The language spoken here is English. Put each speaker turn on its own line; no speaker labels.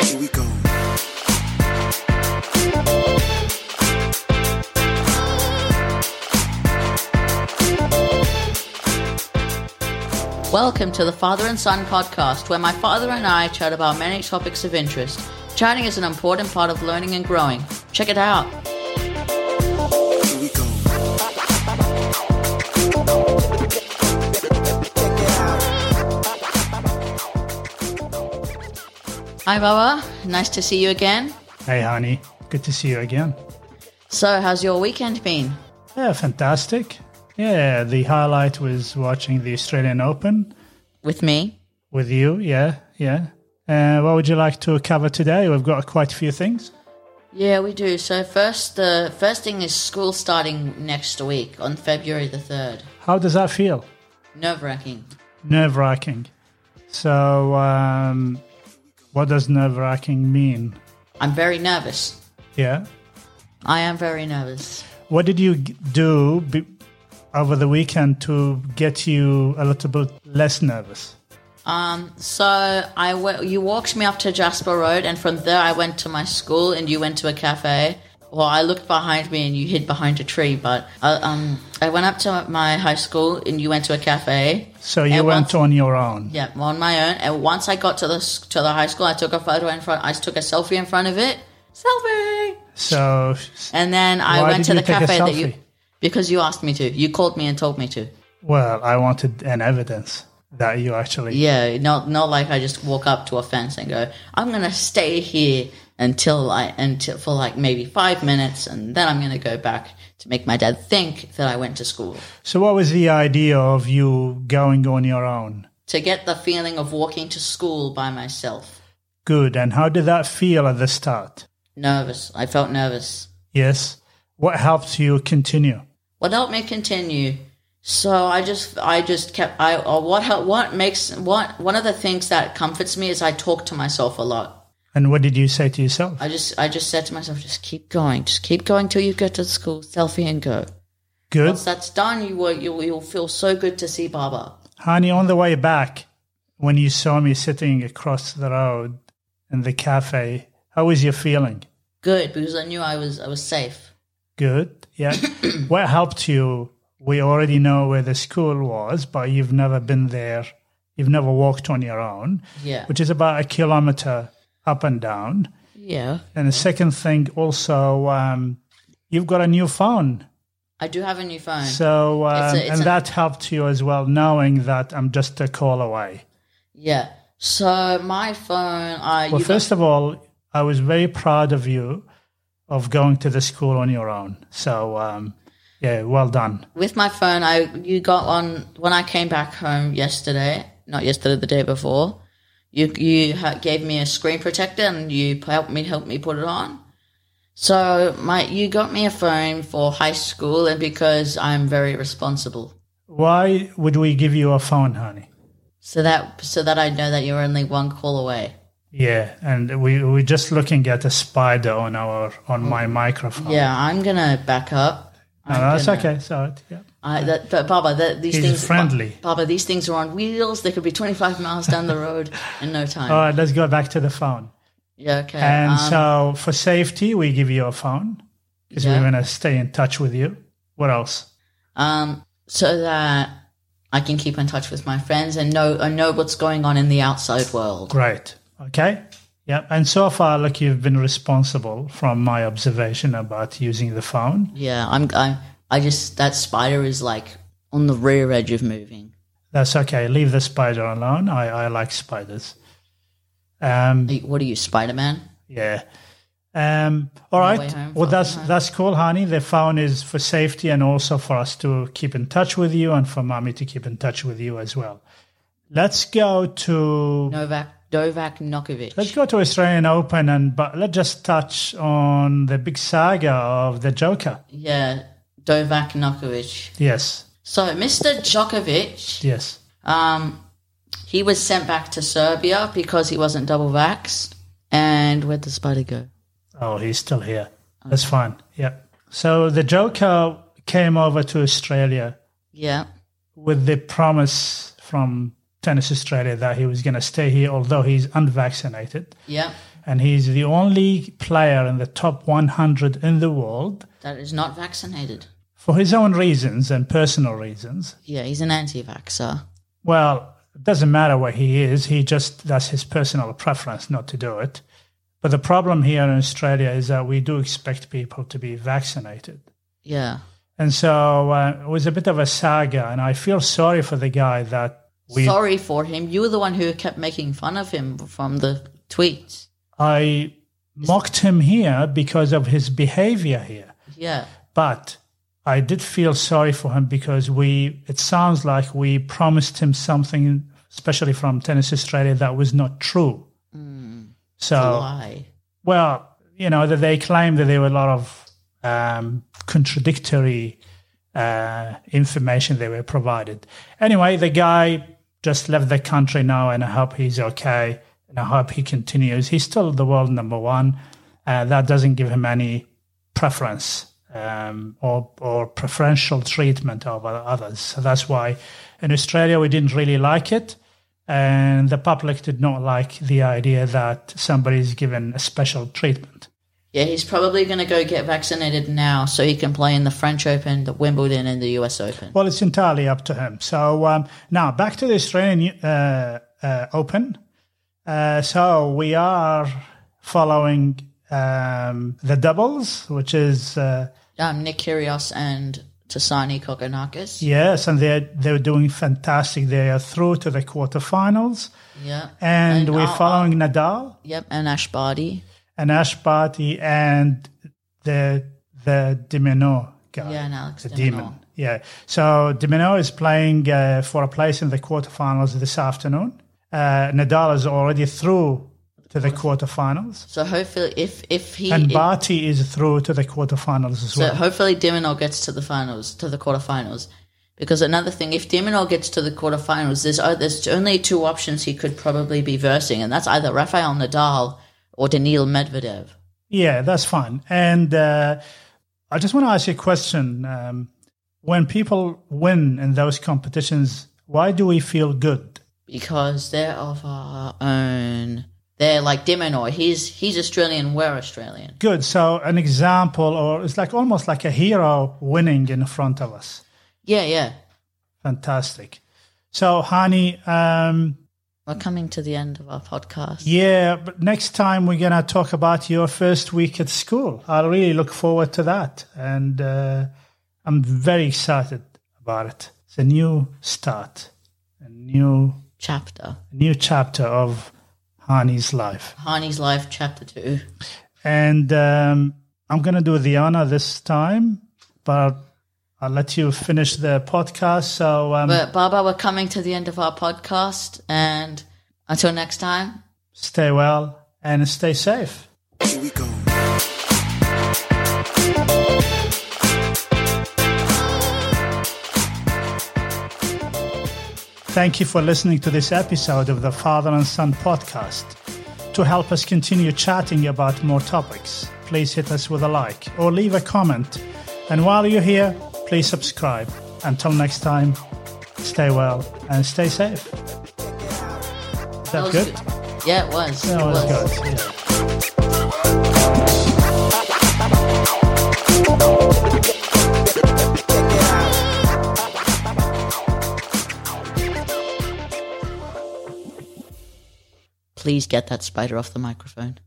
Here we go.
Welcome to the Father and Son podcast, where my father and I chat about many topics of interest. Chatting is an important part of learning and growing. Check it out.
Here we go.
Hi, Baba. Nice to see you again.
Hey, honey. Good to see you again.
So, how's your weekend been?
Yeah, fantastic. Yeah, the highlight was watching the Australian Open
With me?
with you. Yeah, yeah. Uh, what would you like to cover today? We've got quite a few things.
Yeah, we do. So, first, the first thing is school starting next week on February the 3rd.
How does that feel?
Nerve wracking.
Nerve wracking. So, um, what does nerve wracking mean?
I'm very nervous.
Yeah.
I am very nervous.
What did you g- do be- over the weekend to get you a little bit less nervous?
Um, so I w- you walked me up to Jasper Road, and from there I went to my school, and you went to a cafe. Well, I looked behind me, and you hid behind a tree. But uh, um, I went up to my high school, and you went to a cafe.
So, you
And
went
once-
on your own.
Yeah, on my own. And once I got to the s- to the high school, I took a photo in front. I took a selfie in front of it. Selfie.
So,
And then I
Why
went
did
to
you
the
take a
cafe that you
selfie?
because you asked me to. You called me and told me to.
Well, I wanted an evidence that you actually.
Yeah, not not like I just walk up to a fence and go, I'm gonna stay here until I until for like maybe five minutes, and then I'm gonna go back to make my dad think that I went to school
So, what was the idea of you going on your own?
to get the feeling of walking to school by myself.
Good. And how did that feel at the start?
Nervous, I felt nervous.
Yes. What helped you continue?
What helped me continue? So I just I just kept I or what hel- what makes what one of the things that comforts me is I talk to myself a lot.
And what did you say to yourself?
I just I just said to myself, just keep going, just keep going till you get to school, selfie and go.
Good.
Once that's done, you will you'll, you'll feel so good to see Baba.
Honey, on the way back, when you saw me sitting across the road in the cafe, how was your feeling?
Good because I knew I was I was safe.
Good. Yeah. what helped you? We already know where the school was, but you've never been there. You've never walked on your own.
Yeah,
which is about a kilometer up and down.
yeah.
And the second thing, also, um, you've got a new phone,
I do have a new phone.
so um,
It's a- it's
and
a-
that helped you as well, knowing that I'm just a call away.
yeah. So my phone, I
Well,
you got-
first of all, I was very proud of you of going to the school on your own. So um, yeah, well done.
with my phone, I you got on when I came back home yesterday, not yesterday, the day before. You you ha- gave me a screen protector and you helped me help me put it on. So my you got me a phone for high school and because I'm very responsible.
Why would we give you a phone, honey?
So that so that I know that you're only one call away.
Yeah, and we we're just looking at a spider on our on my microphone.
Oh. Yeah, I'm gonna back up.
no,
I'm
that's
gonna-
okay. So yeah.
I, that, but Baba, that, these
He's
things
friendly.
Ba- Baba, these things are on wheels. They could be 25 miles down the road in no time.
All right, let's go back to the phone.
yeah, okay.
And
um,
so for safety, we give you a phone because
Yeah.
we want to stay in touch with you. What else?
um, so that I can keep in touch with my friends and know and know what's going on in the outside world.
Great. Okay. Yeah. And so far, look, you've been responsible from my observation about using the phone.
Yeah, I'm. I, I just that spider is like on the rear edge of moving.
That's okay. Leave the spider alone. I, I like spiders. Um,
Like, What are you, Spider Man?
yeah. Um, all
On the way
right.
home,
well,
on the
that's
way home.
that's cool, honey. The phone is for safety and also for us to keep in touch with you and for mommy to keep in touch with you as well. Let's go to
Novak Novak Nokovic.
Let's go to Australian Open and but let's just touch on the big saga of the Joker.
yeah, Novak Nokovic.
Yes,
So Mr. Djokovic,
yes.
um, he was sent back to Serbia because he wasn't double vaxxed. And where'd the spider go?
Oh, he's still here. That's fine. Yeah. So the Joker came over to Australia
Yeah,
with the promise from Tennis Australia that he was going to stay here, although he's unvaccinated.
Yeah.
And he's the only player in the top 100 in the world
That is not vaccinated.
for his own reasons and personal reasons.
Yeah, he's an anti vaxxer.
Well, it doesn't matter where he is. He just, that's his personal preference not to do it. But the problem here in Australia is that we do expect people to be vaccinated.
Yeah.
And so uh, it was a bit of a saga. And I feel sorry for the guy that we.
Sorry for him. You were the one who kept making fun of him from the tweets.
I mocked him here because of his behavior here.
Yeah.
But I did feel sorry for him because we, it sounds like we promised him something, especially from Tennis Australia, that was not true. So.
Why?
Well, you know, that they claim that there were a lot of um, contradictory uh, information they were provided. Anyway, the guy just left the country now, and I hope he's okay. And I hope he continues. He's still the world number one. Uh, that doesn't give him any preference um, or or preferential treatment over others. So that's why in Australia we didn't really like it, and the public did not like the idea that somebody is given a special treatment.
Yeah, he's probably going to go get vaccinated now so he can play in the French Open, the Wimbledon, and the US Open.
Well, it's entirely up to him. So um, now back to the Australian uh, uh, Open. Uh, so we are following um, the doubles, which is. Uh,
Um, Nick Kyrgios and Tasani Kokonakis.
Yes, and they're they're doing fantastic. They are through to the quarterfinals,
Yeah.
and
And
we're
I'll-
following Nadal
Yep. And Ash Barty.
and Ash Barty and the the Dimino guy.
Yeah, and Alex
the
Dimino.
demon. Yeah. So Dimino is playing uh, for a place in the quarterfinals this afternoon. Uh, Nadal is already through to the quarterfinals,
So hopefully, if if he
and
if-
Barty is through to the quarterfinals as
So
well.
hopefully Diminor gets to the finals, to the quarterfinals. Because another thing, if Diminor gets to the quarterfinals, there's o- there's only two options he could probably be versing, and that's either Rafael Nadal or Daniil Medvedev.
Yeah, that's fine. And uh, I just want to ask you a question. Um, when people win in those competitions, why do we feel good?
Because they're of our own. They're like Diminor. He's he's Australian. We're Australian.
Good. So, an example, or it's like almost like a hero winning in front of us.
Yeah, yeah.
Fantastic. So, Hani, um,
We're coming to the end of our podcast.
yeah, but next time we're going to talk about your first week at school. I really look forward to that. And uh, I'm very excited about it. It's a new start, a new
Chapter
new chapter of Hani's life.
Hani's life, chapter two.
And um, I'm going to do the honor this time, but I'll let you finish the podcast. So, um,
But Baba, we're coming to the end of our podcast, and until next time,
stay well and stay safe.
Here we go.
Thank you for listening to this episode of the Father and Son podcast. To help us continue chatting about more topics, please hit us with a like or leave a comment. And while you're here, please subscribe. Until next time, stay well and stay safe. Is that
was
good?
good. Yeah, it was.
That
it
was
was.
good. yeah.
Please get that spider off the microphone.